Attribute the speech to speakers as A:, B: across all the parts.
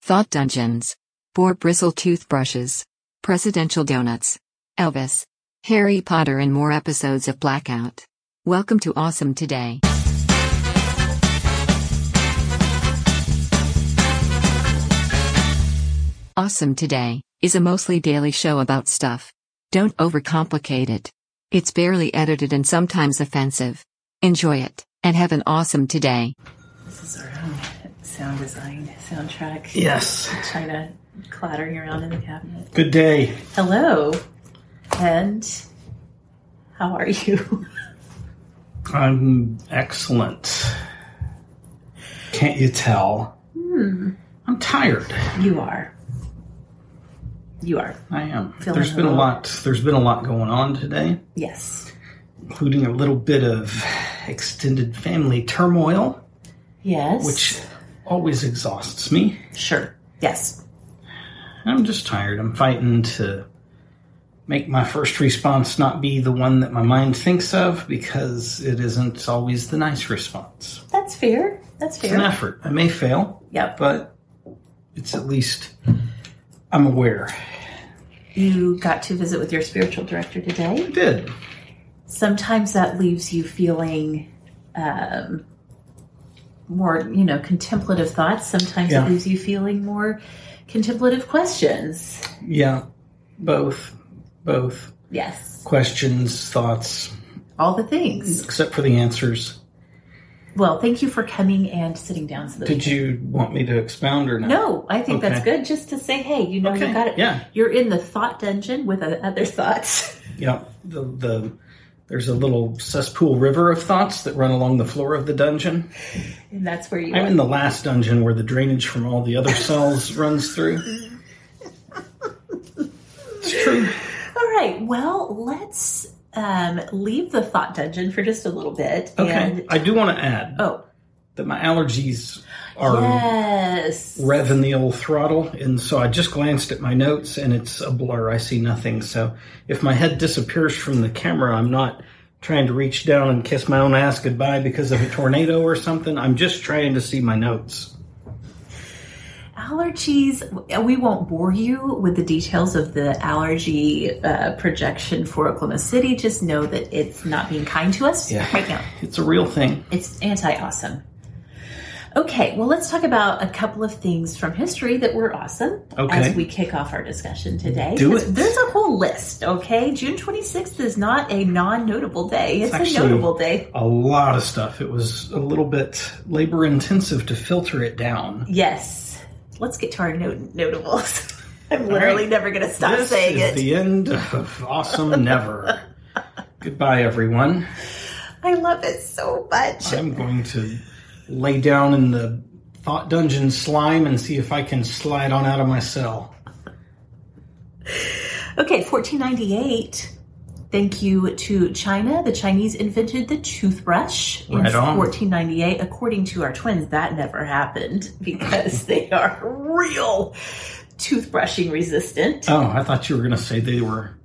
A: Thought Dungeons. Boar Bristle Toothbrushes. Presidential Donuts. Elvis. Harry Potter and more episodes of Blackout. Welcome to Awesome Today. Awesome Today is a mostly daily show about stuff. Don't overcomplicate it. It's barely edited and sometimes offensive. Enjoy it and have an awesome today.
B: This is our own sound design soundtrack.
C: Yes.
B: China clattering around in the cabinet.
C: Good day.
B: Hello, and how are you?
C: I'm excellent. Can't you tell? I'm tired.
B: You are. You are.
C: I am.
B: Feeling
C: there's been a
B: well.
C: lot. There's been a lot going on today,
B: Yes.
C: including a little bit of extended family turmoil,
B: Yes.
C: which always exhausts me.
B: Sure. Yes.
C: I'm just tired. I'm fighting to make my first response not be the one that my mind thinks of because it isn't always the nice response.
B: That's fair. That's
C: It's an
B: fair.
C: effort. I may fail.
B: Yep.
C: but it's at least I'm aware.
B: You got to visit with your spiritual director today.
C: I did.
B: sometimes that leaves you feeling um, more, you know, contemplative thoughts. Sometimes
C: Yeah.
B: it leaves you feeling more contemplative questions.
C: Yeah. Both. Both.
B: Yes,
C: Questions, thoughts,
B: all the things.
C: except for the answers.
B: Well, thank you for coming and sitting down. So that we
C: Did you want me to expound or
B: can-
C: not?
B: No, I think that's
C: Okay.
B: good. Just to say, hey, you know,
C: Okay.
B: you got it.
C: Yeah.
B: You're in the thought dungeon with uh, other thoughts.
C: Yeah. The the there's a little cesspool river of thoughts that run along the floor of the dungeon.
B: And that's where you
C: I'm
B: are.
C: in the last dungeon where the drainage from all the other cells runs through. It's true.
B: All right. Well, let's um, leave the thought dungeon for just a little bit.
C: Okay.
B: And,
C: I do want to add
B: oh,
C: that my allergies are
B: yes.
C: revving the old throttle. And so I just glanced at my notes and it's a blur. I see nothing. So if my head disappears from the camera, I'm not trying to reach down and kiss my own ass goodbye because of a tornado or something. I'm just trying to see my notes.
B: Allergies, we won't bore you with the details of the allergy uh, projection for Oklahoma City. Just know that it's not being kind to us
C: Yeah.
B: right now.
C: It's a real thing.
B: It's anti awesome. Okay, well, let's talk about a couple of things from history that were awesome
C: Okay.
B: as we kick off our discussion today.
C: Do
B: 'Cause
C: it.
B: There's a whole list, okay? June 26th is not a non notable day, it's, a
C: actually-
B: notable day.
C: A lot of stuff. It was a little bit labor intensive to filter it down.
B: Yes. Let's get to our not- notables. I'm literally
C: right.
B: never going to stop
C: this
B: saying
C: is
B: it.
C: the end of Awesome Never. Goodbye, everyone.
B: I love it so much.
C: I'm going to lay down in the thought dungeon slime and see if I can slide on out of my cell.
B: Okay, 1498. Thank you to China. The Chinese invented the toothbrush in
C: Right on.
B: 1498. According to our twins, that never happened because they are real toothbrushing resistant.
C: Oh, I thought you were going to say they were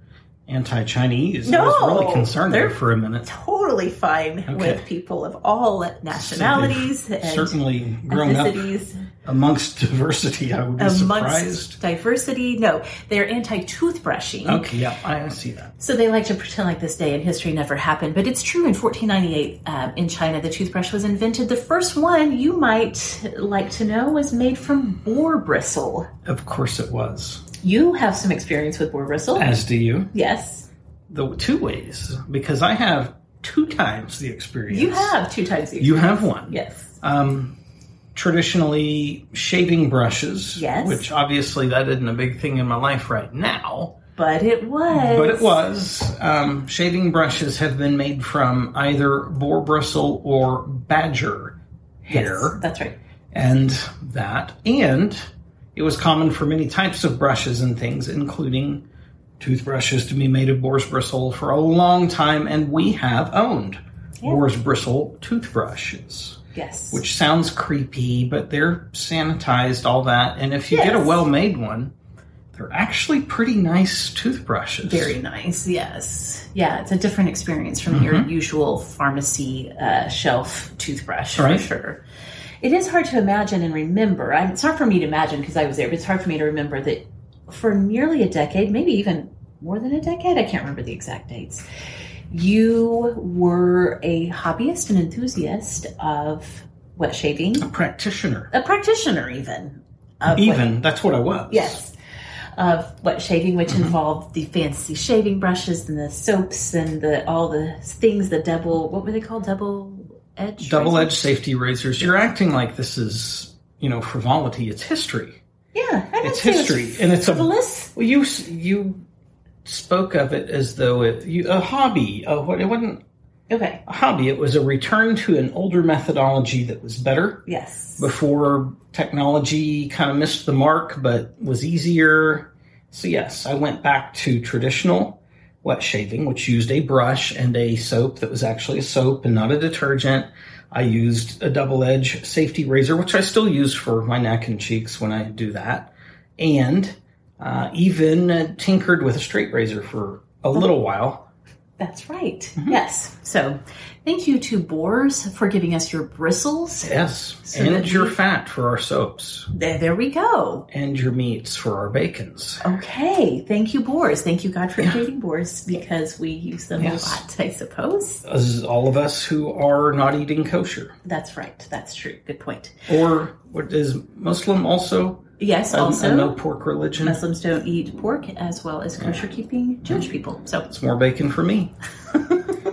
C: anti-Chinese. I was
B: No,
C: really concerned there
B: they're-
C: for a minute.
B: Totally fine
C: Okay.
B: with people of all nationalities
C: So they've
B: and
C: certainly grown up
B: ethnicities.
C: amongst diversity. I would be
B: Amongst
C: surprised.
B: diversity, no, they're anti toothbrushing.
C: Okay, yeah, I see that.
B: So they like to pretend like this day in history never happened, but it's true. In 1498, um, in China, the toothbrush was invented. The first one you might like to know was made from boar bristle.
C: Of course it was.
B: You have some experience with boar bristle,
C: As do you.
B: yes?
C: The two ways because I have two times the experience.
B: You have two times. the
C: You have one.
B: yes.
C: um, traditionally shaving brushes.
B: Yes.
C: Which obviously that isn't a big thing in my life right now,
B: But it was.
C: but it was. Um, shaving brushes have been made from either boar bristle or badger
B: Yes,
C: hair,
B: that's right.
C: and that, and it was common for many types of brushes and things, including toothbrushes to be made of boar's bristle for a long time, and we have owned
B: Yeah.
C: boar's bristle toothbrushes
B: Yes.
C: which sounds creepy, but they're sanitized, all that. And if you get a
B: Yes.
C: well made one, they're actually pretty nice toothbrushes.
B: very nice. Yes. Yeah, it's a different
C: Mm-hmm.
B: experience from your usual pharmacy uh, shelf toothbrush
C: Right.
B: for sure. it is hard to imagine and remember. I mean, it's hard for me to imagine because I was there, but it's hard for me to remember that for nearly a decade, maybe even more than a decade, I can't remember the exact dates, you were a hobbyist and enthusiast of what shaving?
C: A practitioner.
B: A practitioner, even. of what-
C: Even that's what I was.
B: Yes. Of wet shaving, which
C: Mm-hmm.
B: involved the fancy shaving brushes and the soaps and the all the things, the double what were they called? Double edge.
C: Double edged safety razors. You're acting like this is, you know, frivolity. It's history.
B: Yeah, I
C: It's history, and it's a
B: frivolous.
C: Well, you s- you spoke of it as though it you, a hobby. Uh, what it wasn't
B: Okay.
C: a hobby. It was a return to an older methodology that was better
B: Yes.
C: before technology kind of missed the mark, but was easier. So yes, I went back to traditional wet shaving, which used a brush and a soap that was actually a soap and not a detergent. I used a double edge safety razor, which I still use for my neck and cheeks when I do that, and uh, even uh, tinkered with a straight razor for
B: Oh.
C: a little while.
B: That's right.
C: Mm-hmm.
B: Yes. So, thank you to Boars for giving us your bristles.
C: Yes,
B: So
C: and
B: that
C: your
B: you-
C: fat for our soaps,
B: There, there we go.
C: and your meats for our bacons.
B: Okay. Thank you, Boars. Thank you, God, for creating Boars because we use them
C: Yes.
B: a lot, I suppose.
C: as all of us who are not eating kosher
B: That's right. That's true. Good point.
C: or what is Muslim also
B: Yes.
C: A-
B: also,
C: a no pork religion.
B: Muslims don't eat pork as well as kosher keeping Jewish people. So
C: It's more bacon for me,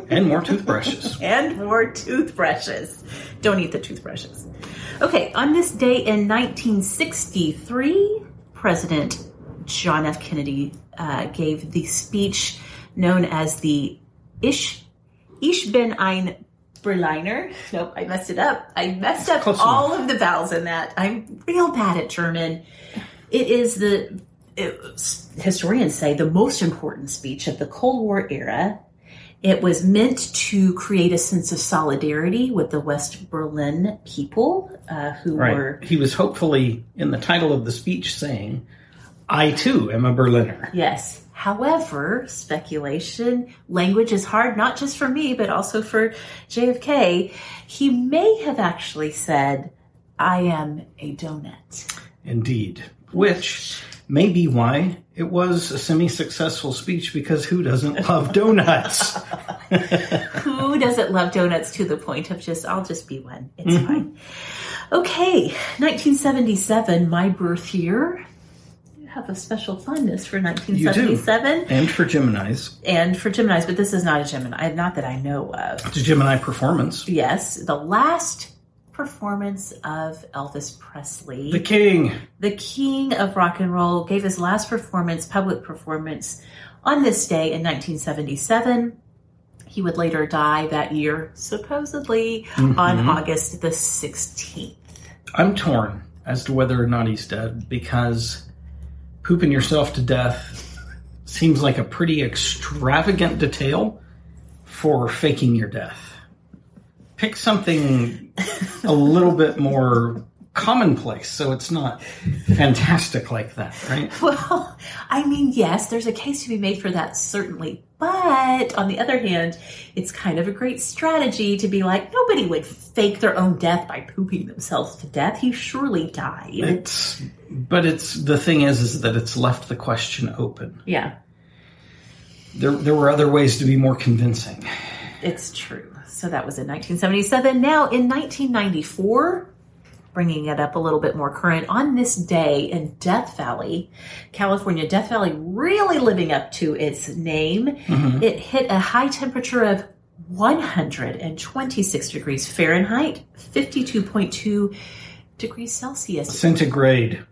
C: and more toothbrushes.
B: and more toothbrushes. Don't eat the toothbrushes. Okay, on this day in 1963, President John F. Kennedy uh, gave the speech known as the Ish Ich bin ein Berliner. Nope, I messed it up. I messed up
C: Close
B: all of the vowels in that. I'm real bad at German. It is the it was- historians say the most important speech of the Cold War era. It was meant to create a sense of solidarity with the West Berlin people uh, who were
C: Right. He was hopefully in the title of the speech saying, "I too am a Berliner."
B: Yes. However, speculation, language is hard, not just for me, but also for JFK. He may have actually said, I am a donut.
C: Indeed. Which may be why it was a semi successful speech because who doesn't love donuts?
B: Who doesn't love donuts to the point of just, I'll just be one? It's fine. Okay, 1977, my birth year. You have a special fondness for 1977
C: and for Gemini's,
B: and for Geminis, but this is not a Gemini, not that I know of.
C: it's a Gemini performance.
B: Yes, the last performance of Elvis Presley,
C: The
B: the,
C: king.
B: king of rock and roll, gave his last performance, public performance, on this day in 1977. He would later die that year, supposedly on August the 16th.
C: I'm torn as to whether or not he's dead because pooping yourself to death seems like a pretty extravagant detail for faking your death. Pick something a little bit more commonplace so it's not fantastic like that, right?
B: Well, I mean, yes, there's a case to be made for that, certainly. But on the other hand, it's kind of a great strategy to be like, nobody would fake their own death by pooping themselves to death. He surely died.
C: It's but it's the thing is is that it's left the question open.
B: Yeah,
C: There there were other ways to be more convincing.
B: it's true. So that was in 1977. Now in 1994, bringing it up a little bit more current, on this day in Death Valley, California, Death Valley really living up to its name,
C: Mm-hmm.
B: it hit a high temperature of 126 degrees Fahrenheit, 52.2 degrees Celsius.
C: Centigrade.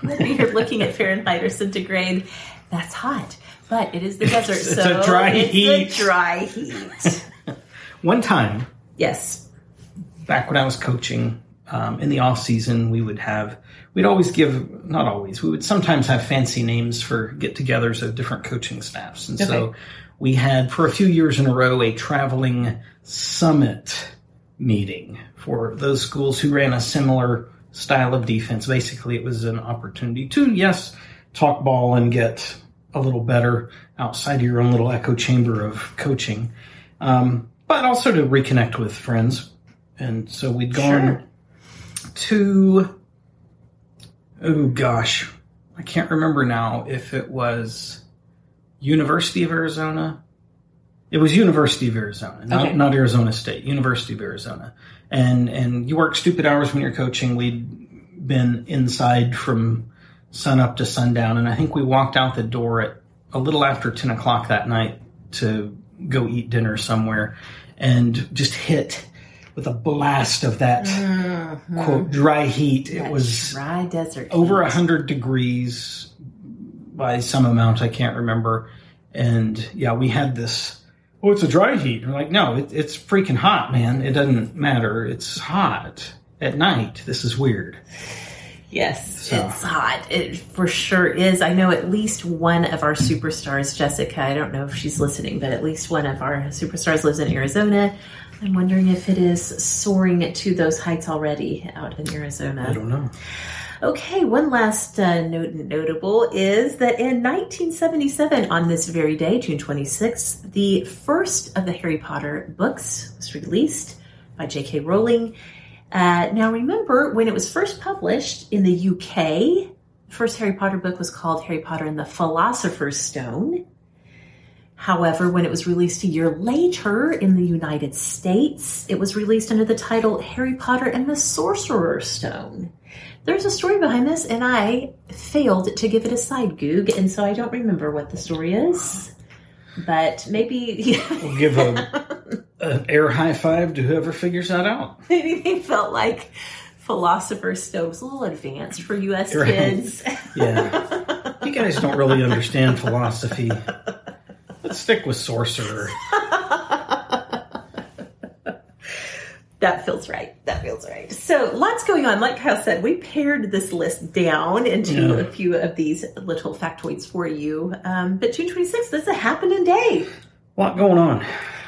B: Whether you're looking at Fahrenheit or centigrade, that's hot. But it is the desert,
C: It's a
B: so
C: dry
B: it's
C: heat.
B: a dry heat.
C: One time
B: yes.
C: back when I was coaching um, in the off season, we would have we'd always give not always we would sometimes have fancy names for get-togethers of different coaching staffs, and so
B: Okay.
C: we had for a few years in a row a traveling summit meeting for those schools who ran a similar style of defense. Basically, it was an opportunity to yes talk ball and get a little better outside of your own little echo chamber of coaching. Um, but also to reconnect with friends and so we'd gone to oh gosh, I can't remember now if it was University of Arizona. It was University of Arizona, not,
B: Okay.
C: not Arizona State, University of Arizona. And and you work stupid hours when you're coaching. We'd been inside from sun up to sundown, and I think we walked out the door at a little after ten o'clock that night to go eat dinner somewhere, and just hit with a blast of that quote dry heat. It
B: Mm-hmm. That
C: was
B: dry desert.
C: over
B: heat.
C: 100 degrees by some amount i can't remember and yeah we had this oh it's a dry heat and we're like no it, it's freaking hot man it doesn't matter it's hot at night this is weird
B: Yes,
C: So-
B: it's hot. It for sure is. I know at least one of our superstars, Jessica. I don't know if she's listening, but at least one of our superstars lives in Arizona. I'm wondering if it is soaring to those heights already out in
C: i
B: Arizona.
C: don't know
B: Okay, one last uh, note notable is that in 1977, on this very day, June 26th, the first of the Harry Potter books was released by J.K. Rowling. Uh, now, remember when it was first published in the UK, the first Harry Potter book was called Harry Potter and the Philosopher's Stone. However, when it was released a year later in the United States, it was released under the title Harry Potter and the Sorcerer's Stone. There's a story behind this, and I failed to give it a side goog, and so I don't remember what the story is. But maybe
C: we'll give a an air high five to whoever figures that out
B: maybe they felt like Philosopher's Stone was a little advanced for U.S.
C: Right.
B: kids.
C: yeah you guys don't really understand philosophy let's stick with sorcerer
B: That feels right. That feels right. So lots going on. Like Kyle said, we pared this list down into
C: Yeah.
B: a few of these little factoids for you. Um, but June 26th, that's a happening day.
C: a lot going on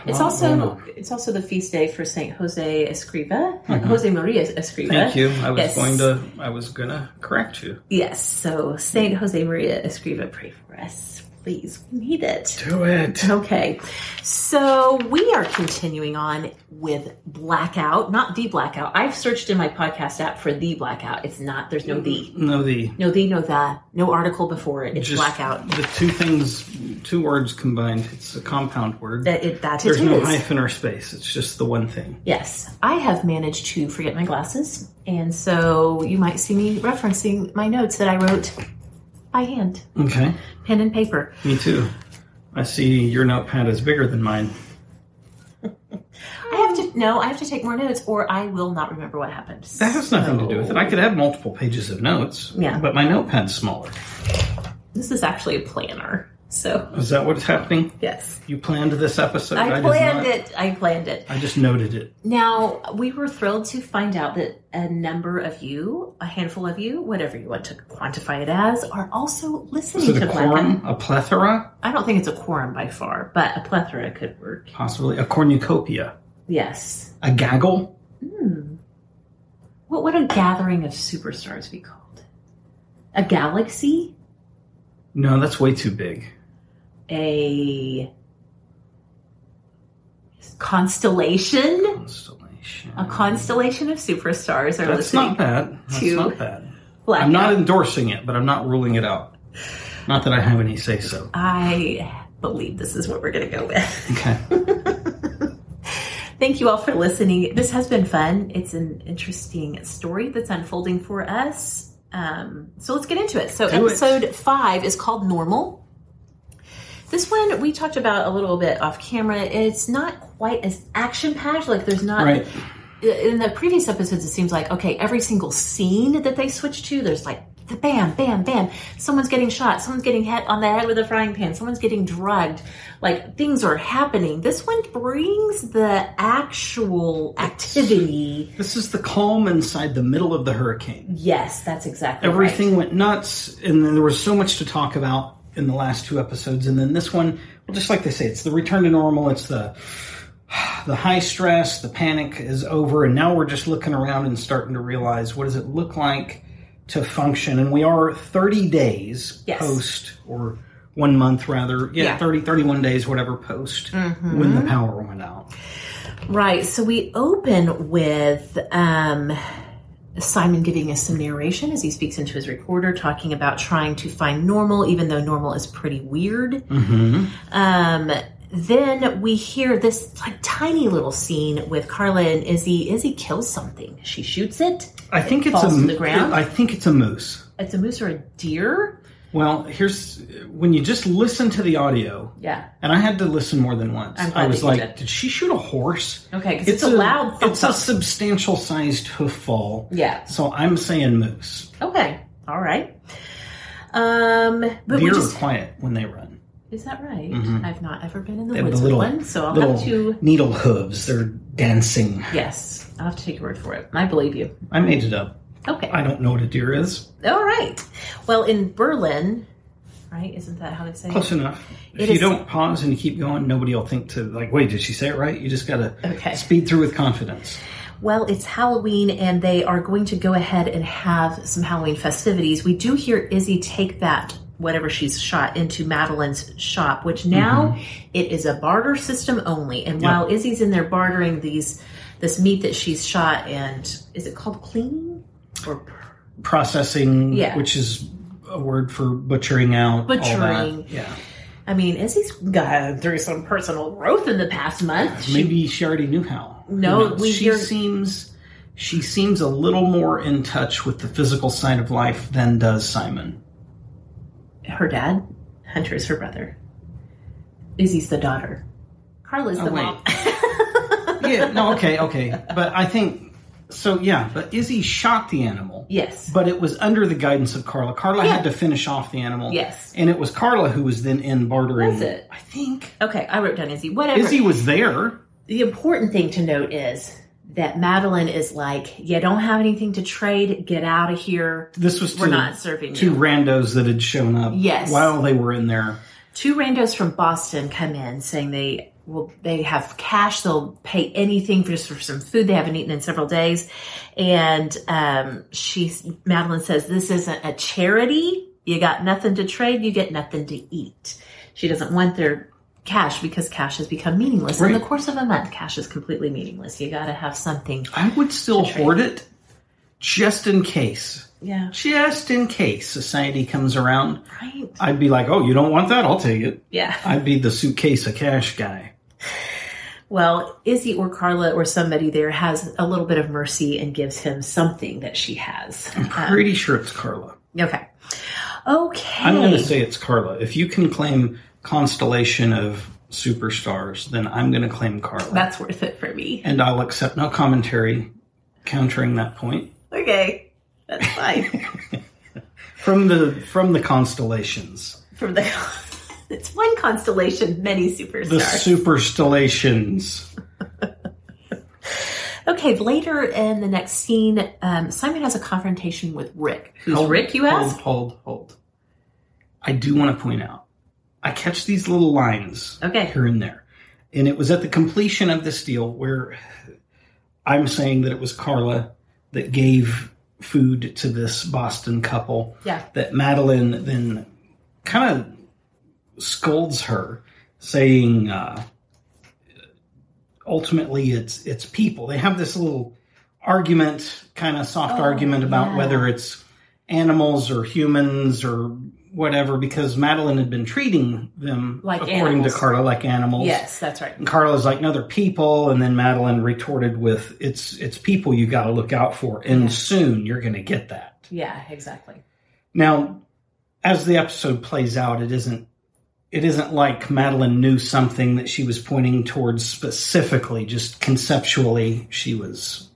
B: It's
C: Lot
B: also
C: going on.
B: it's also the feast day for Saint Jose Escriva,
C: Mhm.
B: Jose Maria Escriva.
C: thank you i was
B: Yes.
C: going to i was gonna correct you
B: Yes. So Saint Jose Maria Escriva, pray for us, please. We need it.
C: do it
B: Okay, so we are continuing on with blackout, not the blackout. I've searched in my podcast app for the blackout. It's not. There's no the,
C: no the
B: no the, no the, no article before it. It's blackout.
C: The two things, two words combined. It's a compound word.
B: That it that it
C: There's
B: is.
C: no hyphen or space. It's just the one thing.
B: Yes, I have managed to forget my glasses, and so you might see me referencing my notes that I wrote by hand,
C: Okay.
B: pen and paper.
C: Me too. I see your notepad is bigger than mine.
B: I have to no, I have to take more notes, or I will not remember what happened.
C: That has nothing to do with it. I could have multiple pages of notes.
B: Yeah.
C: But my notepad's smaller.
B: This is actually a planner, so
C: Is that what's happening?
B: yes.
C: You planned this episode?
B: I,
C: did
B: planned
C: not.
B: it. I planned it.
C: I just noted it.
B: Now, we were thrilled to find out that a number of you, a handful of you, whatever you want to quantify it as, are also listening
C: Is it
B: to
C: a
B: Black Adam.
C: quorum? A plethora?
B: I don't think it's a quorum by far, but a plethora could work.
C: Possibly. A cornucopia?
B: Yes.
C: A gaggle?
B: Hmm. What would a gathering of superstars be called? A galaxy?
C: No, that's way too big.
B: A constellation?
C: Constellation.
B: A constellation of superstars are
C: That's
B: listening
C: not bad. That's
B: to-
C: not bad.
B: Black
C: I'm not endorsing it, but I'm not ruling it out. Not that I have any say so.
B: I believe this is what we're going to go with.
C: Okay.
B: Thank you all for listening. This has been fun. It's an interesting story that's unfolding for us. Um, so let's get into it. So,
C: Do it.
B: episode five is called Normal. This one we talked about a little bit off camera. It's not quite as action packed. Like, there's not
C: Right.
B: in the previous episodes, it seems like okay, every single scene that they switch to, there's like the bam, bam, bam. Someone's getting shot. Someone's getting hit on the head with a frying pan. Someone's getting drugged. Like things are happening. This one brings the actual activity.
C: This is the calm inside the middle of the hurricane.
B: Yes, that's exactly right.
C: Everything went nuts, and then there was so much to talk about in the last two episodes, and then this one, well, just like they say, it's the return to normal. It's the the high stress, the panic is over, and now we're just looking around and starting to realize what does it look like to function. And we are 30 days
B: Yes.
C: post, or one month rather, yeah,
B: Yeah. Mm-hmm.
C: thirty, thirty-one 30, 31 days, whatever post, when the power went out.
B: Right. So we open with um, Simon giving us some narration as he speaks into his recorder, talking about trying to find normal, even though normal is pretty weird.
C: Mm-hmm.
B: Um, then we hear this like tiny little scene with Carla and Izzy. Izzy kills something. She shoots it.
C: I think it's
B: falls
C: a
B: to the ground?
C: I think it's a moose.
B: It's a moose or a deer.
C: Well, here's when you just listen to the audio,
B: Yeah.
C: and I had to listen more than once.
B: I'm glad
C: I was
B: that you
C: like,
B: did.
C: she shoot a horse?"
B: Okay. Because it's, a, loud. thump
C: It's a
B: thump.
C: substantial sized hoof fall.
B: yeah.
C: So I'm saying moose.
B: Okay. All right. Um, but we
C: Deer
B: just
C: are quiet when they run.
B: Is that right?
C: Mhm.
B: I've not ever been in the
C: They have
B: woods
C: the
B: with
C: little-
B: one, so I'll
C: Little
B: have to.
C: needle hooves. They're dancing.
B: Yes, I'll have to take your word for it. I believe you.
C: I made it up.
B: Okay.
C: I don't know what a deer is.
B: All right. Well, in Berlin, right? Isn't that how they say
C: Close
B: it?
C: enough.
B: It
C: If you
B: is-
C: don't pause and you keep going, nobody will think to like, wait, did she say it right? You just gotta
B: Okay.
C: speed through with confidence.
B: Well, it's Halloween, and they are going to go ahead and have some Halloween festivities. We do hear Izzy take that whatever she's shot into Madeline's shop,
C: Mm-hmm.
B: which now it is a barter system only. And while Izzy's in there bartering these, this meat that she's shot, and is it called cleaning or
C: Processing,
B: Yeah.
C: which is a word for butchering out. all that.
B: Butchering.
C: Yeah.
B: I mean, Izzy's gone through some personal growth in the past month. She-
C: Maybe she already knew how. Who
B: No,
C: knows?
B: we
C: she
B: hear-
C: seems she seems a little more in touch with the physical side of life than does Simon.
B: her dad, Hunter is her brother. Izzy's the daughter. Carla's
C: Oh,
B: the
C: wait.
B: mom.
C: Yeah, no, okay, okay. But I think so yeah, but Izzy shot the animal.
B: yes.
C: But it was under the guidance of Carla. Carla had to finish off the animal.
B: Yes.
C: And it was Carla who was then in bartering.
B: Was it?
C: I think.
B: Okay, I wrote down Izzy. Whatever.
C: Izzy was there.
B: the important thing to note is that Madeline is like, you don't have anything to trade. Get out of here.
C: This was
B: We're
C: to,
B: not serving you.
C: two randos that had shown up
B: Yes.
C: while they were in there.
B: Two randos from Boston come in saying they will they have cash. They'll pay anything for just for some food they haven't eaten in several days. And um, she Madeline says this isn't a charity. You got nothing to trade. You get nothing to eat. She doesn't want their cash because cash has become meaningless in
C: Right.
B: the course of a month. Cash is completely meaningless. You got to have something.
C: I would still
B: To trade.
C: hoard it just in case.
B: Yeah.
C: Just in case society comes around.
B: Right.
C: I'd be like, oh, you don't want that? I'll take it.
B: Yeah.
C: I'd be the suitcase of cash guy.
B: Well, Izzy or Carla or somebody there has a little bit of mercy and gives him something that she has.
C: I'm pretty sure it's Carla.
B: Okay. Okay.
C: I'm going to say it's Carla. If you can claim constellation of superstars, then I'm going to claim Carla.
B: that's worth it for me.
C: and I'll accept no commentary countering that point
B: Okay. That's fine.
C: from the from the constellations,
B: From the It's one constellation, many superstars.
C: the superstellations.
B: okay, later in the next scene, um, Simon has a confrontation with Rick. Who's
C: Hold-
B: Rick, you ask?
C: Hold, hold, hold. I do want to point out. I catch these little lines
B: Okay.
C: here and there, and it was at the completion of this deal where I'm saying that it was Carla that gave food to this Boston couple.
B: Yeah.
C: that Madeline then kind of scolds her, saying, uh, ultimately, it's it's people. They have this little argument, kind of soft
B: Oh,
C: argument about
B: yeah.
C: whether it's animals or humans or whatever, because Madeline had been treating them
B: Like
C: according
B: animals.
C: to Carla like animals.
B: Yes, that's right.
C: And Carla's like, no, they're people, and then Madeline retorted with, "It's it's people you got to look out for, and
B: Yeah.
C: soon you're going to get that."
B: Yeah, exactly.
C: Now, as the episode plays out, it isn't it isn't like Madeline knew something that she was pointing towards specifically, just conceptually she was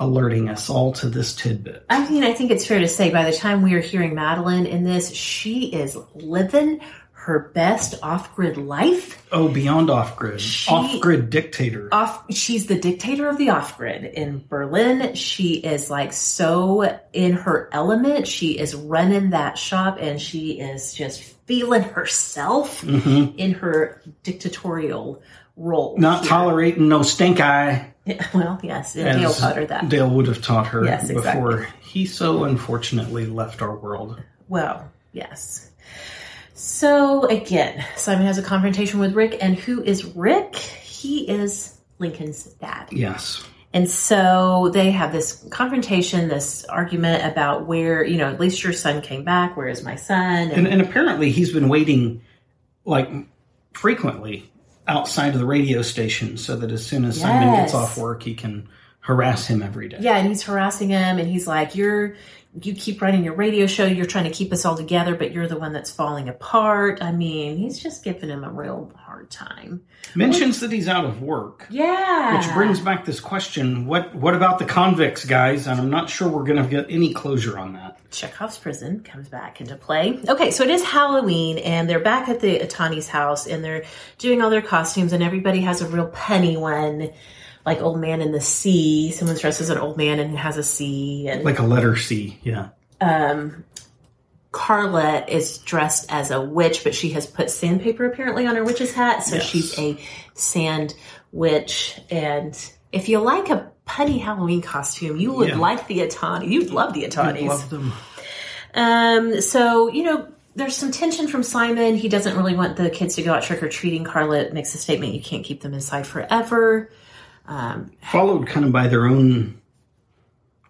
C: alerting us all to this tidbit.
B: I mean, I think it's fair to say by the time we are hearing Madeline in this, she is living her best off-grid life.
C: Oh, beyond off grid.
B: She-
C: Off grid dictator.
B: Off, she's the dictator of the off-grid in Berlin. She is like so in her element. She is running that shop, and she is just feeling herself
C: Mhm.
B: in her dictatorial role.
C: Not
B: here.
C: tolerating no stink eye.
B: Well, yes, and Dale
C: as
B: Potter that.
C: Dale would have taught her
B: Yes, exactly.
C: before he so unfortunately left our world.
B: Well, yes. So again, Simon has a confrontation with Rick, and who is Rick? He is Lincoln's dad.
C: Yes.
B: And so they have this confrontation, this argument about where, you know, at least your son came back. Where is my son?
C: And, and apparently he's been waiting like frequently outside of the radio station so that as soon as Simon
B: Yes.
C: gets off work, he can harass him every day.
B: yeah, and he's harassing him, and he's like, "You're, you keep running your radio show. You're trying to keep us all together, but you're the one that's falling apart." I mean, he's just giving him a real hard time.
C: Mentions that he's out of work.
B: Yeah,
C: Which brings back this question: What what about the convicts, guys? And I'm not sure we're going to get any closure on that.
B: Chekhov's prison comes back into play. Okay, so it is Halloween, and they're back at the Atani's house, and they're doing all their costumes, and everybody has a real penny one, like old man in the sea. Someone dresses an old man and has a sea, and
C: Like a letter C, yeah.
B: um, Carla is dressed as a witch, but she has put sandpaper apparently on her witch's hat, so
C: Yes.
B: she's a sand witch. And if you like a punny Halloween costume, you would
C: Yeah.
B: like the Atani. You'd love the
C: I
B: Atanis.
C: love them.
B: Um, so you know, there's some tension from Simon. He doesn't really want the kids to go out trick or treating. Carla makes a statement: you can't keep them inside forever. Um,
C: Followed kind of by their own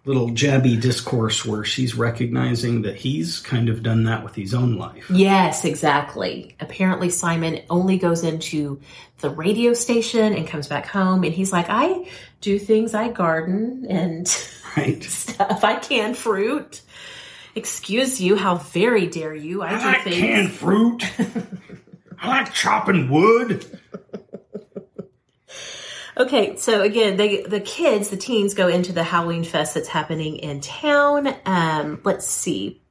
C: little jabby discourse where she's recognizing that he's kind of done that with his own life.
B: Yes, exactly. Apparently, Simon only goes into the radio station and comes back home, and he's like, I do things, I garden and
C: Right.
B: stuff, I can fruit. Excuse you, how very dare you? I do
C: I like
B: things.
C: canned fruit. I like chopping wood.
B: Okay, so again, they the kids, the teens, go into the Halloween fest that's happening in town. Um, let's see.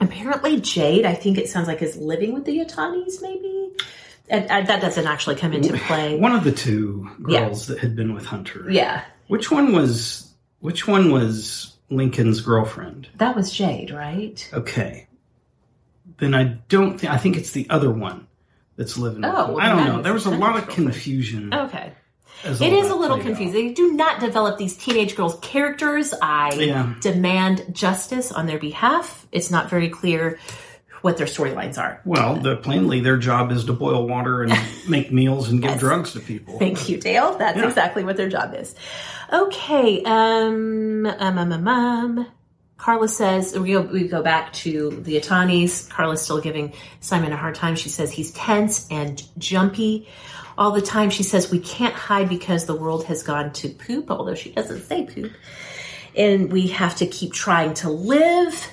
B: Apparently, Jade, I think it sounds like, is living with the Yatanis, maybe? And, and that doesn't actually come into play.
C: One of the two girls that had been with Hunter.
B: yeah.
C: Which one was which one was Lincoln's girlfriend?
B: That was Jade, right?
C: Okay. Then I don't think I think it's the other one that's living. with
B: Oh,
C: him.
B: well,
C: I don't
B: that
C: know.
B: is
C: There was a
B: Hunter's
C: lot of
B: girlfriend.
C: confusion.
B: Okay.
C: as
B: Oh, It
C: all
B: is
C: that
B: a little
C: played out.
B: confusing. They do not develop these teenage girls' characters. I
C: Yeah.
B: demand justice on their behalf. It's not very clear what their storylines are.
C: Well, the, plainly their job is to boil water and make meals and give drugs to people.
B: Thank you, Dale. That's
C: Yeah.
B: exactly what their job is. Okay. Um, um, um, um, um. Carla says, we go, we go back to the Atanis. Carla's still giving Simon a hard time. She says he's tense and jumpy all the time. She says we can't hide because the world has gone to poop, although she doesn't say poop. And we have to keep trying to live.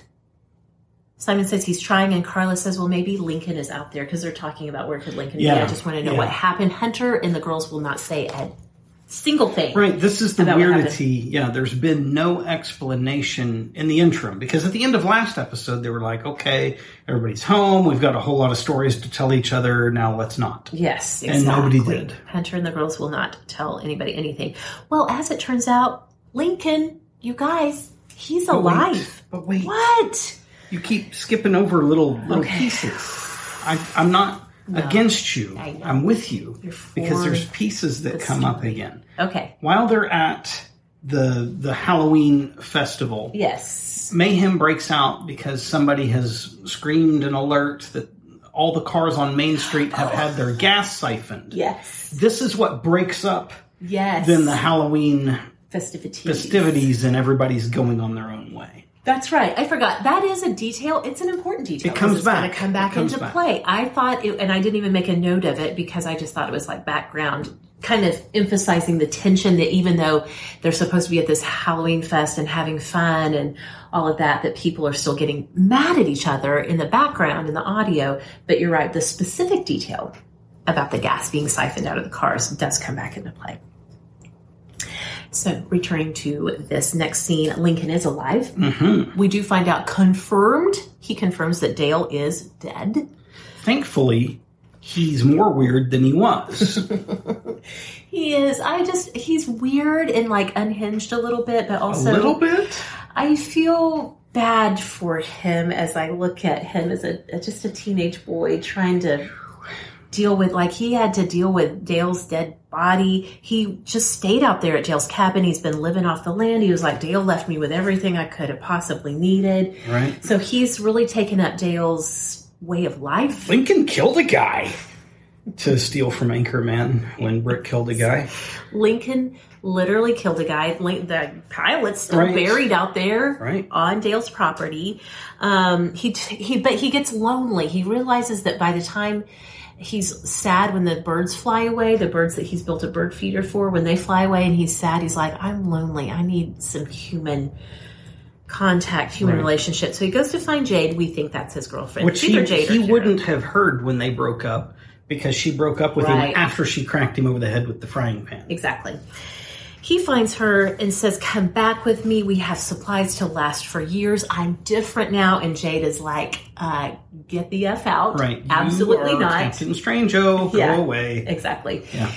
B: Simon says he's trying, and Carla says, well, maybe Lincoln is out there because they're talking about where could Lincoln be.
C: Yeah,
B: I just want to know
C: yeah.
B: what happened. Hunter and the girls will not say a single thing.
C: Right, this is the
B: About what happened.
C: weirdity. Yeah, there's been no explanation in the interim because at the end of last episode they were like, okay, everybody's home, we've got a whole lot of stories to tell each other, now let's not.
B: Yes,
C: And nobody did.
B: Hunter and the girls will not tell anybody anything. Well, as it turns out, Lincoln, you guys, he's
C: But wait,
B: alive.
C: But wait,
B: What?
C: you keep skipping over little little
B: Okay.
C: pieces. I, I'm not against you.
B: I know.
C: I'm with you
B: You're
C: because
B: for
C: there's pieces that come up again
B: Okay.
C: while they're at the the Halloween festival.
B: Yes.
C: mayhem breaks out because somebody has screamed an alert that all the cars on Main Street have had their gas siphoned.
B: Yes.
C: This is what breaks up
B: Yes.
C: then the Halloween
B: festivities.
C: festivities and everybody's going on their own way.
B: That's right. I forgot. That is a detail. It's an important detail.
C: It comes
B: 'cause it's gonna
C: back.
B: Come back
C: It comes
B: into
C: back.
B: play. I thought, it, and I didn't even make a note of it because I just thought it was like background, kind of emphasizing the tension that even though they're supposed to be at this Halloween fest and having fun and all of that, that people are still getting mad at each other in the background in the audio. But you're right. The specific detail about the gas being siphoned out of the cars does come back into play. So, returning to this next scene, Lincoln is alive.
C: Mm-hmm.
B: We do find out confirmed. He confirms that Dale is dead.
C: Thankfully, he's more weird than he was.
B: He is. I just he's weird and like unhinged a little bit, but
C: a
B: also
C: little bit.
B: I feel bad for him as I look at him as a just a teenage boy trying to deal with like he had to deal with Dale's dead body. He just stayed out there at Dale's cabin. He's been living off the land. He was like Dale left me with everything I could have possibly needed.
C: Right.
B: So he's really taken up Dale's way of life.
C: Lincoln killed a guy. to steal from Anchorman when Brick killed a guy.
B: Lincoln literally killed a guy. Link, the pilot's still
C: Right.
B: buried out there
C: Right.
B: on Dale's property. Um, he he, but he gets lonely. He realizes that by the time he's sad when the birds fly away, the birds that he's built a bird feeder for, when they fly away, and he's sad, he's like, "I'm lonely. I need some human." Contact human
C: Right.
B: relationship. So he goes to find Jade. We think that's his girlfriend.
C: Which
B: Either
C: he,
B: Jade or
C: he
B: Kara.
C: wouldn't have heard when they broke up because she broke up with
B: Right.
C: him after she cracked him over the head with the frying pan.
B: Exactly. He finds her and says, Come back with me. We have supplies to last for years. I'm different now. And Jade is like, uh, Get the F out.
C: Right. You
B: Absolutely
C: are
B: not.
C: Captain Strango,
B: Yeah.
C: go away.
B: Exactly.
C: Yeah.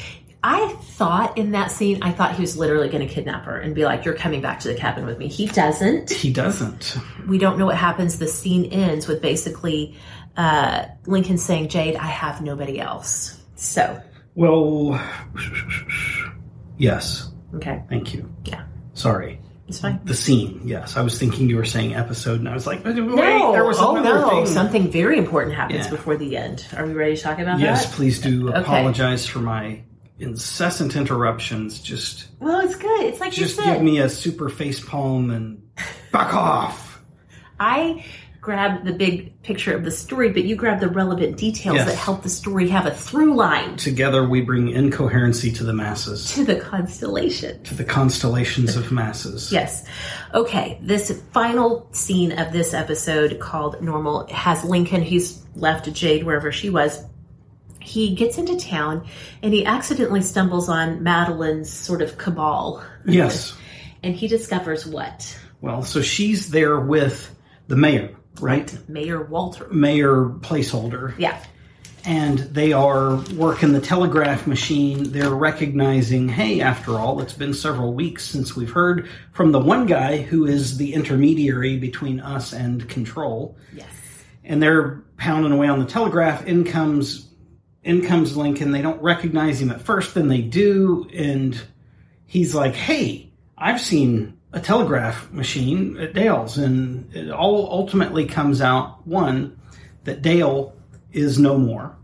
B: I thought in that scene, I thought he was literally going to kidnap her and be like, You're coming back to the cabin with me. He doesn't.
C: He doesn't.
B: We don't know what happens. The scene ends with basically uh, Lincoln saying, Jade, I have nobody else. So,
C: Well, yes.
B: okay.
C: Thank you.
B: Yeah.
C: Sorry.
B: It's fine.
C: The scene, yes. I was thinking you were saying episode, and I was like, wait,
B: No,
C: there was
B: oh
C: another
B: no,
C: thing.
B: something very important happens
C: Yeah.
B: before the end. Are we ready to talk about
C: Yes,
B: that?
C: please do
B: Okay.
C: apologize for my incessant interruptions. Just,
B: Well, it's good. It's like
C: just
B: you said.
C: give me a super face palm and back off.
B: I grabbed the big picture of the story, but you grabbed the relevant details
C: Yes.
B: that help the story have a through line
C: Together, we bring incoherency to the masses,
B: to the constellation.
C: to the constellations of masses.
B: Yes. Okay. This final scene of this episode called Normal has Lincoln, he's left Jade wherever she was. He gets into town and he accidentally stumbles on Madeline's sort of cabal.
C: Yes.
B: And he discovers what?
C: Well, so she's there with the mayor, right?
B: Mayor Walter.
C: Mayor placeholder.
B: Yeah.
C: and they are working the telegraph machine. They're recognizing, hey, after all, it's been several weeks since we've heard from the one guy who is the intermediary between us and control.
B: Yes.
C: And they're pounding away on the telegraph. In comes, in comes Lincoln. They don't recognize him at first, then they do, and he's like, hey, I've seen a telegraph machine at Dale's, and it all ultimately comes out one that Dale is no more.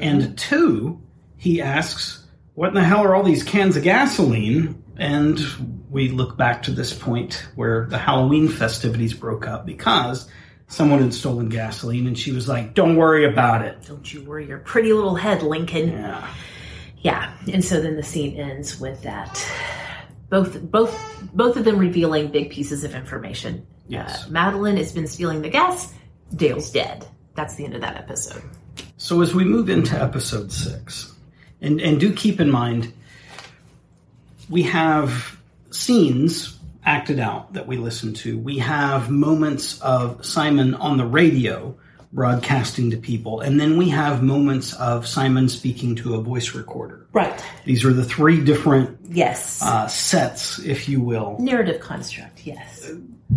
C: And two, he asks, What in the hell are all these cans of gasoline? And we look back to this point where the Halloween festivities broke up because someone had stolen gasoline and she was like, Don't worry about it.
B: Don't you worry your pretty little head, Lincoln.
C: Yeah.
B: Yeah. And so then the scene ends with that. Both both both of them revealing big pieces of information.
C: Yes.
B: Uh, Madeline has been stealing the gas. Dale's dead. That's the end of that episode.
C: So as we move into episode six, and, and do keep in mind, we have scenes acted out that we listen to. We have moments of Simon on the radio broadcasting to people, and then we have moments of Simon speaking to a voice recorder.
B: Right.
C: These are the three different
B: Yes.
C: uh, sets, if you will.
B: Narrative construct. Yes.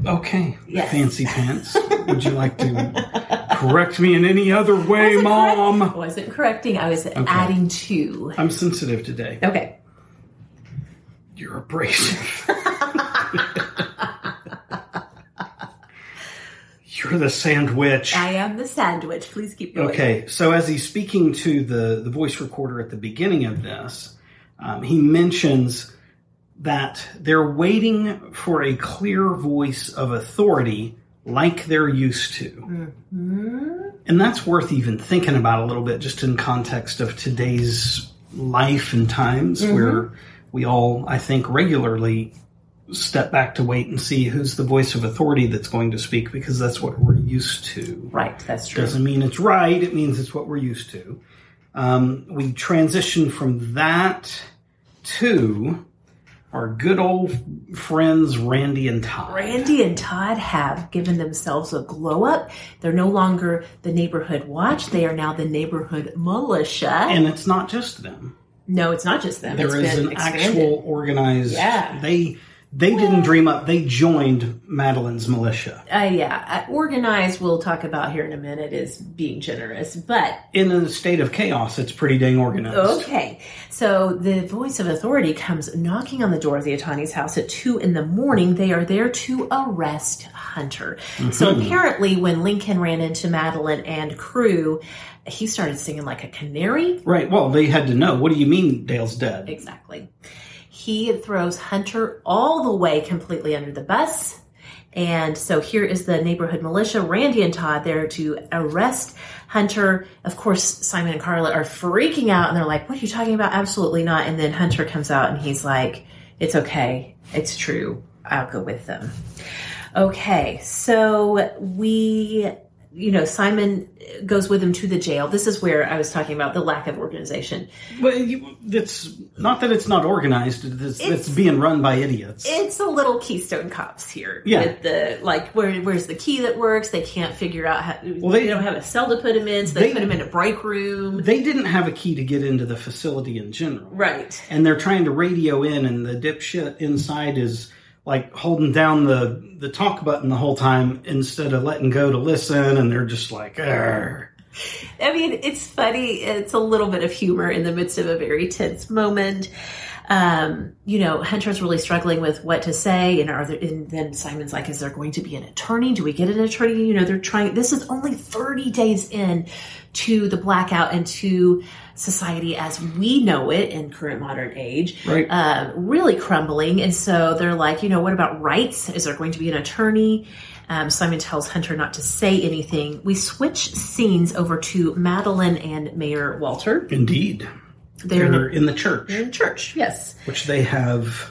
C: Okay,
B: Yes.
C: fancy pants. Would you like to correct me in any other way,
B: Wasn't correct-
C: Mom?
B: wasn't correcting. I was adding to.
C: I'm sensitive today.
B: Okay.
C: You're abrasive. You're the sandwich.
B: I am the sandwich. Please keep going.
C: Okay, so as he's speaking to the, the voice recorder at the beginning of this, um, he mentions that they're waiting for a clear voice of authority like they're used to. And that's worth even thinking about a little bit just in context of today's life and times where we all, I think, regularly step back to wait and see who's the voice of authority that's going to speak because that's what we're used to
B: Right. That's true.
C: doesn't mean it's right. It means it's what we're used to. Um, we transition from that to our good old friends Randy and Todd.
B: Randy and Todd have given themselves a glow up. They're no longer the neighborhood watch. They are now the neighborhood militia.
C: And it's not just them.
B: no, it's not just them.
C: There
B: It's
C: is
B: been
C: an
B: expanded.
C: actual organized.
B: Yeah.
C: They They didn't dream up. They joined Madeline's militia
B: Uh, yeah, uh, organized, we'll talk about here in a minute, is being generous. But
C: in a state of chaos. It's pretty dang organized.
B: okay, so the voice of authority comes knocking on the door of the Atani's house at two in the morning. They are there to arrest Hunter. So
C: Mm-hmm.
B: apparently, when Lincoln ran into Madeline and crew, he started singing like a canary.
C: Right. Well, they had to know. What do you mean Dale's dead?
B: Exactly. He throws Hunter all the way completely under the bus. And so here is the neighborhood militia, Randy and Todd, there to arrest Hunter. Of course, Simon and Carla are freaking out and they're like, What are you talking about? Absolutely not. And then Hunter comes out and he's like, It's okay. It's true. I'll go with them. Okay, so we, you know, Simon goes with him to the jail. This is where I was talking about the lack of organization.
C: Well, you, it's not that it's not organized. It's, it's, being run by idiots.
B: it's a little Keystone Cops here.
C: Yeah.
B: With the like, where where's the key that works? They can't figure out how. Well,
C: they-
B: they, don't have a cell to put him in, so they,
C: they-
B: put him in a break room.
C: they didn't have a key to get into the facility in general.
B: right.
C: And they're trying to radio in, and the dipshit inside is like holding down the the talk button the whole time instead of letting go to listen. And they're just like, "Arr."
B: I mean, it's funny. It's a little bit of humor in the midst of a very tense moment. Um, you know, Hunter's really struggling with what to say, and are there, and then Simon's like, "Is there going to be an attorney? Do we get an attorney?" You know, they're trying. This is only thirty days in to the blackout and to society as we know it in current modern age,
C: Right.
B: uh, really crumbling. And so they're like, you know, what about rights? Is there going to be an attorney? Um, Simon tells Hunter not to say anything. We switch scenes over to Madeline and Mayor Walter.
C: indeed,
B: They're in,
C: they're in the church,
B: they're in church. Yes.
C: which they have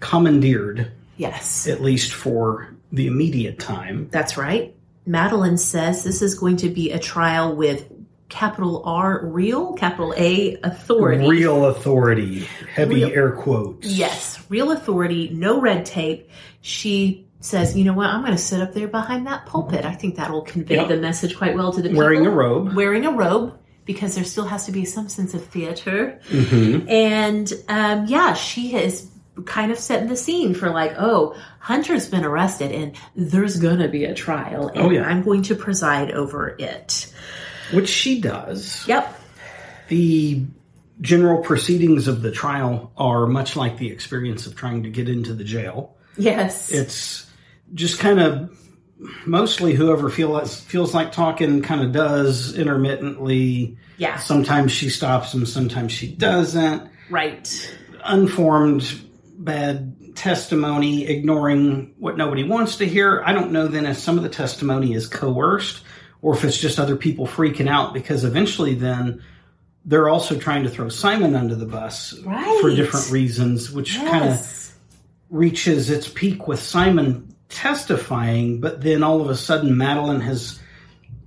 C: commandeered
B: Yes.
C: at least for the immediate time.
B: That's right. Madeline says this is going to be a trial with capital R real, capital A authority.
C: Real authority, heavy
B: Real-
C: air quotes.
B: Yes, real authority, no red tape. She says, "You know what? I'm going to sit up there behind that pulpit. I think that'll convey
C: Yep.
B: the message quite well to the people."
C: Wearing a robe.
B: Wearing a robe because there still has to be some sense of theater.
C: hmm
B: And um, yeah, she has kind of setting the scene for like, oh, Hunter's been arrested and there's going to be a trial and
C: Oh, yeah.
B: I'm going to preside over it.
C: Which she does.
B: Yep.
C: The general proceedings of the trial are much like the experience of trying to get into the jail.
B: Yes.
C: It's just kind of mostly whoever feels feels like talking kind of does intermittently.
B: yeah.
C: Sometimes she stops and sometimes she doesn't.
B: Right.
C: Unformed bad testimony, ignoring what nobody wants to hear. I don't know then if some of the testimony is coerced or if it's just other people freaking out because eventually then they're also trying to throw Simon under the bus for
B: Right.
C: different reasons, which kind of
B: Yes.
C: reaches its peak with Simon testifying, but then all of a sudden Madeline has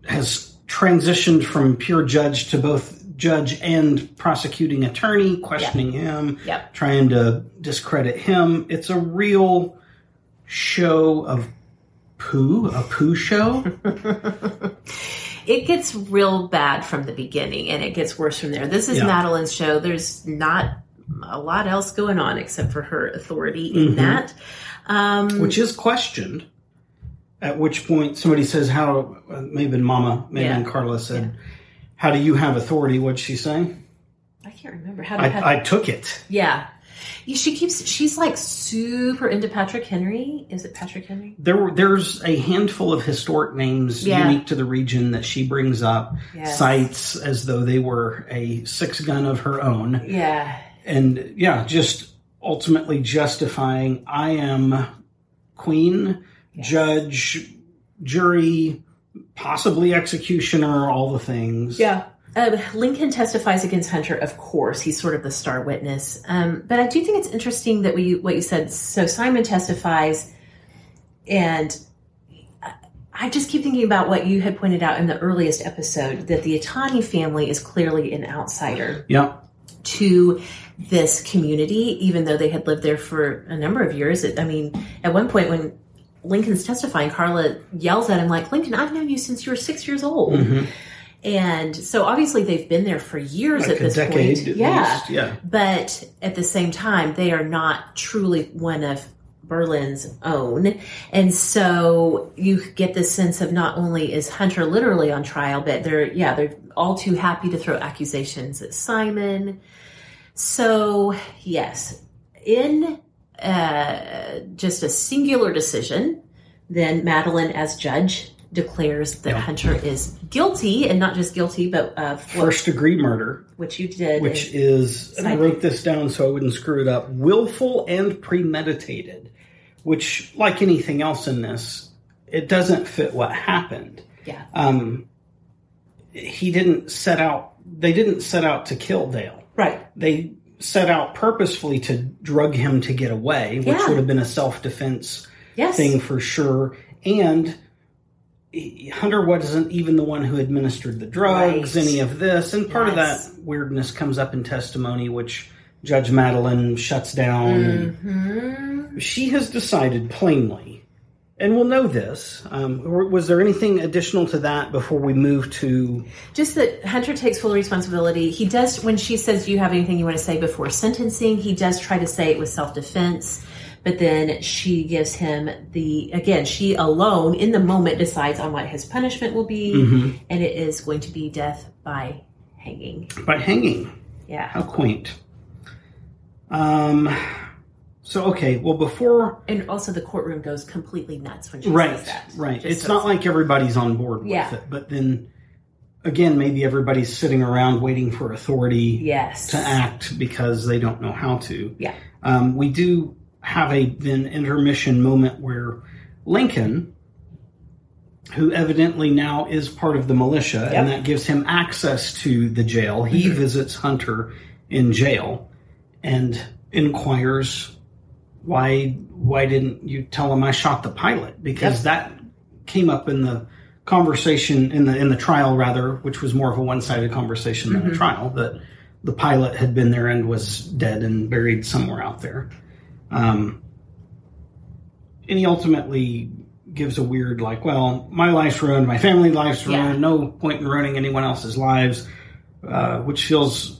C: has transitioned from pure judge to both judge and prosecuting attorney, questioning him,
B: Yep.
C: trying to discredit him. It's a real show of poo, a poo show.
B: it gets real bad from the beginning and it gets worse from there. This is
C: Yeah.
B: Madeline's show. There's not a lot else going on except for her authority in
C: Mhm.
B: that. Um,
C: which is questioned. At which point, somebody says, "How?" Uh, maybe Mama, maybe
B: Yeah.
C: Carla said, "How do you have authority?" What'd she say?
B: I can't remember how to have.
C: I, I took it.
B: yeah. Yeah, She keeps, she's like super into Patrick Henry. Is it Patrick Henry?
C: There, were- there's a handful of historic names
B: Yeah.
C: unique to the region that she brings up,
B: Yes.
C: cites as though they were a six gun of her own,
B: Yeah.
C: and yeah, just ultimately justifying, "I am queen, judge, jury." Possibly executioner, all the things.
B: Yeah. Um, Lincoln testifies against Hunter, of course. He's sort of the star witness. Um, but I do think it's interesting that we, what you said. So Simon testifies, and I- I just keep thinking about what you had pointed out in the earliest episode that the Itani family is clearly an outsider
C: Yeah.
B: to this community, even though they had lived there for a number of years. It, I mean, at one point when Lincoln's testifying, Carla yells at him, like, Lincoln, I've known you since you were six years old.
C: Mhm.
B: And so obviously they've been there for years
C: Like
B: at this
C: a decade
B: point.
C: at
B: yeah.
C: least. Yeah.
B: But at the same time, they are not truly one of Berlin's own. And so you get this sense of not only is Hunter literally on trial, but they're, yeah, they're all too happy to throw accusations at Simon. So, yes, in uh, just a singular decision, then Madeline, as judge, declares that
C: Yeah.
B: Hunter is guilty, and not just guilty, but of what,
C: First degree murder,
B: which you did.
C: which
B: is-
C: is, and I
B: Psych.
C: wrote this down so I wouldn't screw it up, willful and premeditated, which, like anything else in this, it doesn't fit what happened.
B: yeah,
C: Um, he didn't set out, they didn't set out to kill Dale.
B: right,
C: They set out purposefully to drug him to get away, which
B: Yeah.
C: would have been a self defense
B: yes,
C: thing for sure. And he- Hunter wasn't even the one who administered the drugs,
B: Right.
C: any of this. And part
B: Yes.
C: of that weirdness comes up in testimony, which Judge Madeline shuts down.
B: Mhm.
C: She has decided plainly, and we'll know this. Um, or was there anything additional to that before we move to?
B: Just that Hunter takes full responsibility. He does, when she says, Do you have anything you want to say before sentencing? He does try to say it was self defense, but then she gives him the, again, she alone in the moment decides on what his punishment will be,
C: Mm-hmm.
B: and it is going to be death by hanging.
C: By hanging.
B: Yeah.
C: How quaint. Um. So okay, well before
B: And also the courtroom goes completely nuts when she
C: right,
B: says that.
C: right.
B: Just
C: it's
B: so-
C: not like everybody's on board with
B: Yeah.
C: it, but then again, maybe everybody's sitting around waiting for authority
B: Yes.
C: to act because they don't know how to.
B: Yeah.
C: Um, we do have a then intermission moment where Lincoln, who evidently now is part of the militia,
B: Yep. Mm-hmm.
C: and that gives him access to the jail. He visits Hunter in jail and inquires why why didn't you tell him I shot the pilot? Because that came up in the conversation in the in the trial rather, which was more of a one sided conversation than a trial, that the pilot had been there and was dead and buried somewhere out there. Um, and he ultimately gives a weird like, well, my life's ruined, my family life's
B: Yeah.
C: ruined, no point in ruining anyone else's lives, uh, which feels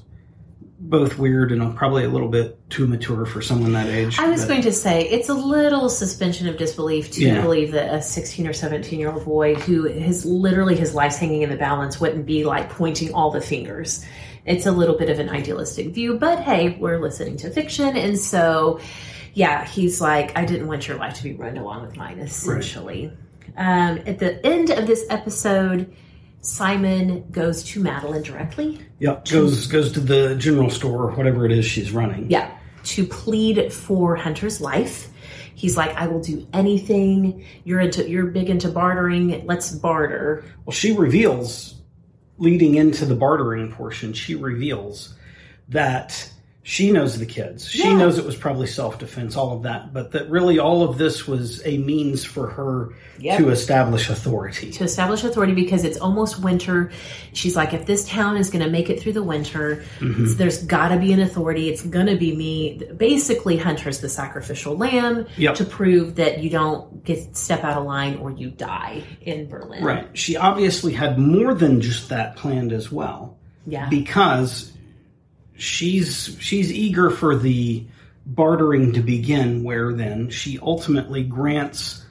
C: both weird and probably a little bit too mature for someone that age.
B: I was
C: but-
B: going to say it's a little suspension of disbelief to
C: Yeah.
B: believe that a 16 or 17 year old boy who has literally his life's hanging in the balance wouldn't be like pointing all the fingers. It's a little bit of an idealistic view, but hey, we're listening to fiction, and so yeah, he's like, I didn't want your life to be run along with mine, essentially. Um, at the end of this episode, Simon goes to Madeline directly.
C: Yep, goes goes to the general store, or whatever it is she's running.
B: Yeah. To plead for Hunter's life. He's like, I will do anything. You're into you're big into bartering. Let's barter.
C: Well, she reveals, leading into the bartering portion, she reveals that she knows the kids. She
B: Yeah.
C: knows it was probably self defense, all of that, but that really all of this was a means for her
B: Yep.
C: to establish authority.
B: To establish authority because it's almost winter. She's like, if this town is going to make it through the winter,
C: Mm-hmm.
B: it's- there's got to be an authority. It's going to be me. Basically, Hunter's the sacrificial lamb
C: Yep.
B: to prove that you don't get step out of line or you die in Berlin.
C: Right. She obviously had more than just that planned as well.
B: Yeah.
C: because she's she's eager for the bartering to begin where then she ultimately grants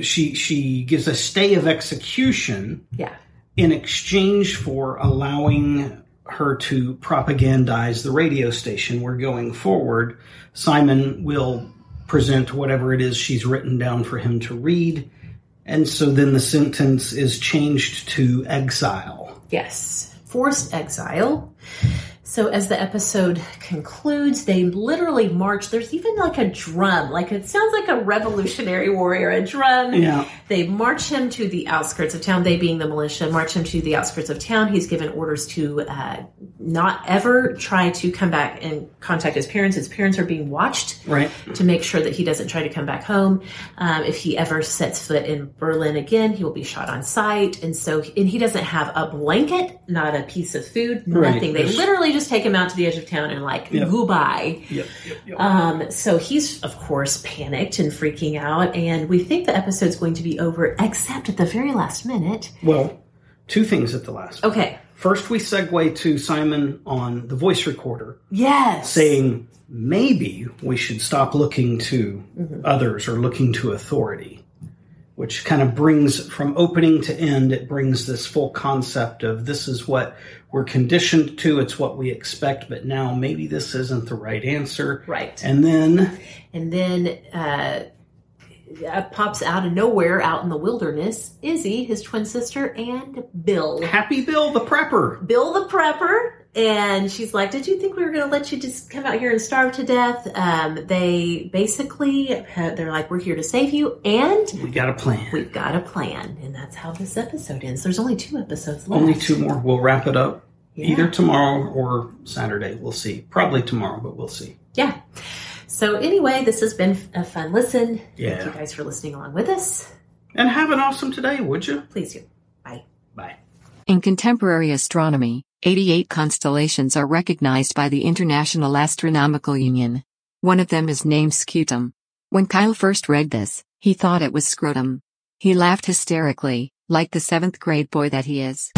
C: she she gives a stay of execution
B: yeah.
C: in exchange for allowing her to propagandize the radio station where going forward Simon will present whatever it is she's written down for him to read and so then the sentence is changed to exile
B: Yes, forced exile. So as the episode concludes, they literally march. There's even like a drum, like it sounds like a Revolutionary War era drum.
C: yeah
B: They march him to the outskirts of town. They being the militia, march him to the outskirts of town. He's given orders to uh, not ever try to come back and contact his parents. His parents are being watched
C: right
B: to make sure that he doesn't try to come back home. Um, if he ever sets foot in Berlin again, he will be shot on sight. And so, and he doesn't have a blanket, not a piece of food,
C: Right.
B: nothing. They
C: Yes.
B: literally just take him out to the edge of town and like
C: Yeah.
B: goodbye.
C: Yep, yep, yep.
B: Um, so he's of course panicked and freaking out. And we think the episode's going to be over, except at the very last minute.
C: Well, two things at the last.
B: Okay,
C: First, we segue to Simon on the voice recorder
B: Yes.
C: saying maybe we should stop looking to others or looking to authority, which kind of brings from opening to end, it brings this full concept of this is what we're conditioned to, it's what we expect, but now maybe this isn't the right answer.
B: Right.
C: And then,
B: And then uh, uh, pops out of nowhere out in the wilderness Izzy, his twin sister, and Bill.
C: Happy Bill the Prepper.
B: Bill the prepper. And she's like, Did you think we were going to let you just come out here and starve to death? Um, they basically, had- they're like, We're here to save you, and
C: We got a plan.
B: we've got a plan. And that's how this episode ends. There's only two episodes left.
C: Only two more. We'll wrap it up
B: Yeah.
C: either tomorrow or Saturday. We'll see. Probably tomorrow, but we'll see.
B: Yeah. So, anyway, this has been a fun listen. Thank
C: Yeah.
B: you guys for listening along with us.
C: And have an awesome today, would you?
B: Please do. Bye.
C: Bye.
A: In contemporary astronomy, 88 constellations are recognized by the International Astronomical Union. One of them is named Scutum. When Kyle first read this, he thought it was scrotum. He laughed hysterically, like the seventh grade boy that he is.